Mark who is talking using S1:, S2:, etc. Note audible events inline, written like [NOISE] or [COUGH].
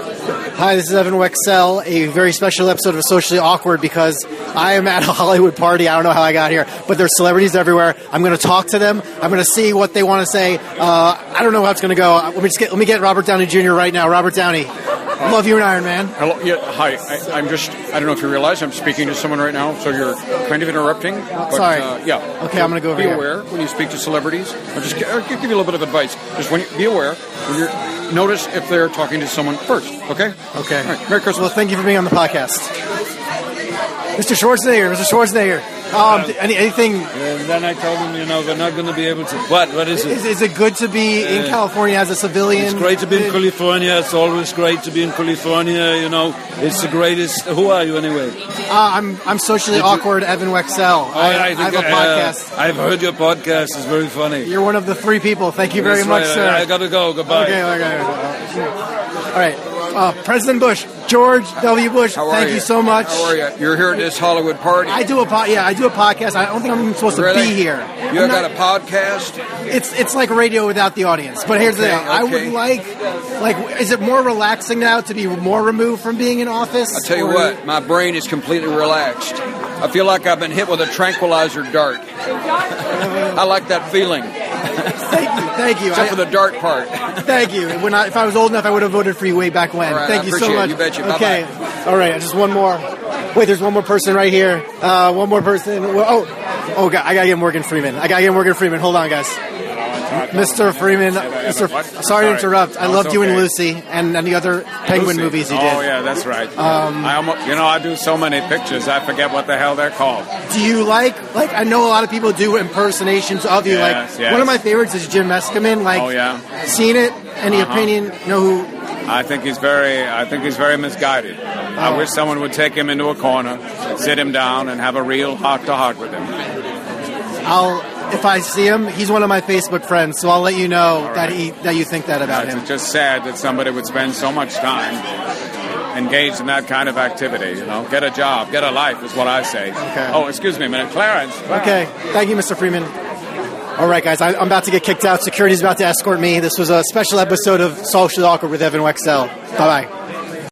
S1: Hi, this is Evan Wexell, a very special episode of Socially Awkward because I am at a [LAUGHS] Hollywood party. I don't know how I got here, but there's celebrities everywhere. I'm going to talk to them. I'm going to see what they want to say. Uh, I don't know how it's going to go. Let me, just get, let me get Robert Downey Jr. right now. Robert Downey, love you and Iron Man.
S2: Hello. Yeah, hi. I, I'm just. I don't know if you realize I'm speaking to someone right now, so you're kind of interrupting. But,
S1: sorry.
S2: Uh, yeah.
S1: Okay, I'm gonna go over
S2: Be
S1: here.
S2: aware when you speak to celebrities. I'll just gi- I'll give you a little bit of advice. Just when you, be aware. When you're, notice if they're talking to someone first. Okay.
S1: Okay.
S2: All right. Merry Christmas.
S1: Well, thank you for being on the podcast. Mr. Schwarzenegger, Mr. Schwarzenegger. Um, any, anything,
S3: And then I told them, you know, we're not going to be able to. What? What is
S1: is,
S3: it?
S1: is it good to be in California as a civilian?
S3: Uh,
S1: Uh,
S3: It's great to be in California. It's always great to be in California. You know, it's the greatest. Who are you anyway?
S1: Uh, I'm I'm socially awkward, Evan Wexell.
S2: Oh,
S1: I, I have a
S3: uh,
S1: podcast.
S3: I've heard your podcast. It's very funny.
S1: You're one of the three people. Thank you very
S3: That's
S1: much,
S3: right.
S1: sir.
S3: I, I gotta go. Goodbye.
S1: okay, okay, okay. All right. Uh, President Bush, George W. Bush.
S2: How are
S1: thank you?
S2: you?
S1: so much.
S2: How are you? You're here at this Hollywood party.
S1: I do a po- yeah, I do a podcast. I don't think I'm supposed
S2: Really?
S1: to be here.
S2: You
S1: I'm
S2: got
S1: not-
S2: a podcast?
S1: It's it's like radio without the audience. But here's the
S2: Okay,
S1: thing: I would
S2: okay.
S1: like like is it more relaxing now to be more removed from being in office?
S2: I'll tell you
S1: Or-
S2: what. My brain is completely relaxed. I feel like I've been hit with a tranquilizer dart. I like that feeling,
S1: Thank you, thank you,
S2: except
S1: I-
S2: for the dart part.
S1: Thank you. When I, if I was old enough, I would have voted for you way back when.
S2: All right,
S1: Thank
S2: I
S1: you so
S2: appreciate it.
S1: much.
S2: You betcha. Bye-bye.
S1: Okay. All right. Just one more. Wait, there's one more person right here. Uh, one more person. Well, Oh, oh, God, I gotta get Morgan Freeman. I gotta get Morgan Freeman. Hold on, guys. Mr. Freeman, Mr.
S4: What?
S1: Sorry to interrupt. I
S4: No,
S1: loved
S4: it's
S1: you in
S4: okay.
S1: Lucy and any other Penguin
S4: Lucy.
S1: movies you
S4: Oh
S1: did. Um,
S4: yeah, that's right. I almost, you know, I do so many pictures, I forget what the hell they're called.
S1: Do you like like I know a lot of people do impersonations of you.
S4: Yes,
S1: like
S4: yes.
S1: one of my favorites is Jim Meskimen. Like,
S4: Oh, yeah. Uh-huh.
S1: seen it? Any opinion? Know who?
S4: I think he's very, I think he's very misguided. I wish someone would take him into a corner, sit him down, and have a real heart-to-heart with him.
S1: I'll if I see him, he's one of my Facebook friends, so I'll let you know that he that you think that about him.
S4: It's just sad that somebody would spend so much time engaged in that kind of activity. You know, get a job, get a life is what I say.
S1: Okay.
S4: Oh, excuse me a minute, Clarence. Clarence.
S1: Okay, thank you, Mr. Freeman. All right, guys, I, I'm about to get kicked out. Security's about to escort me. This was a special episode of Social Awkward with Evan Wexell. Bye bye.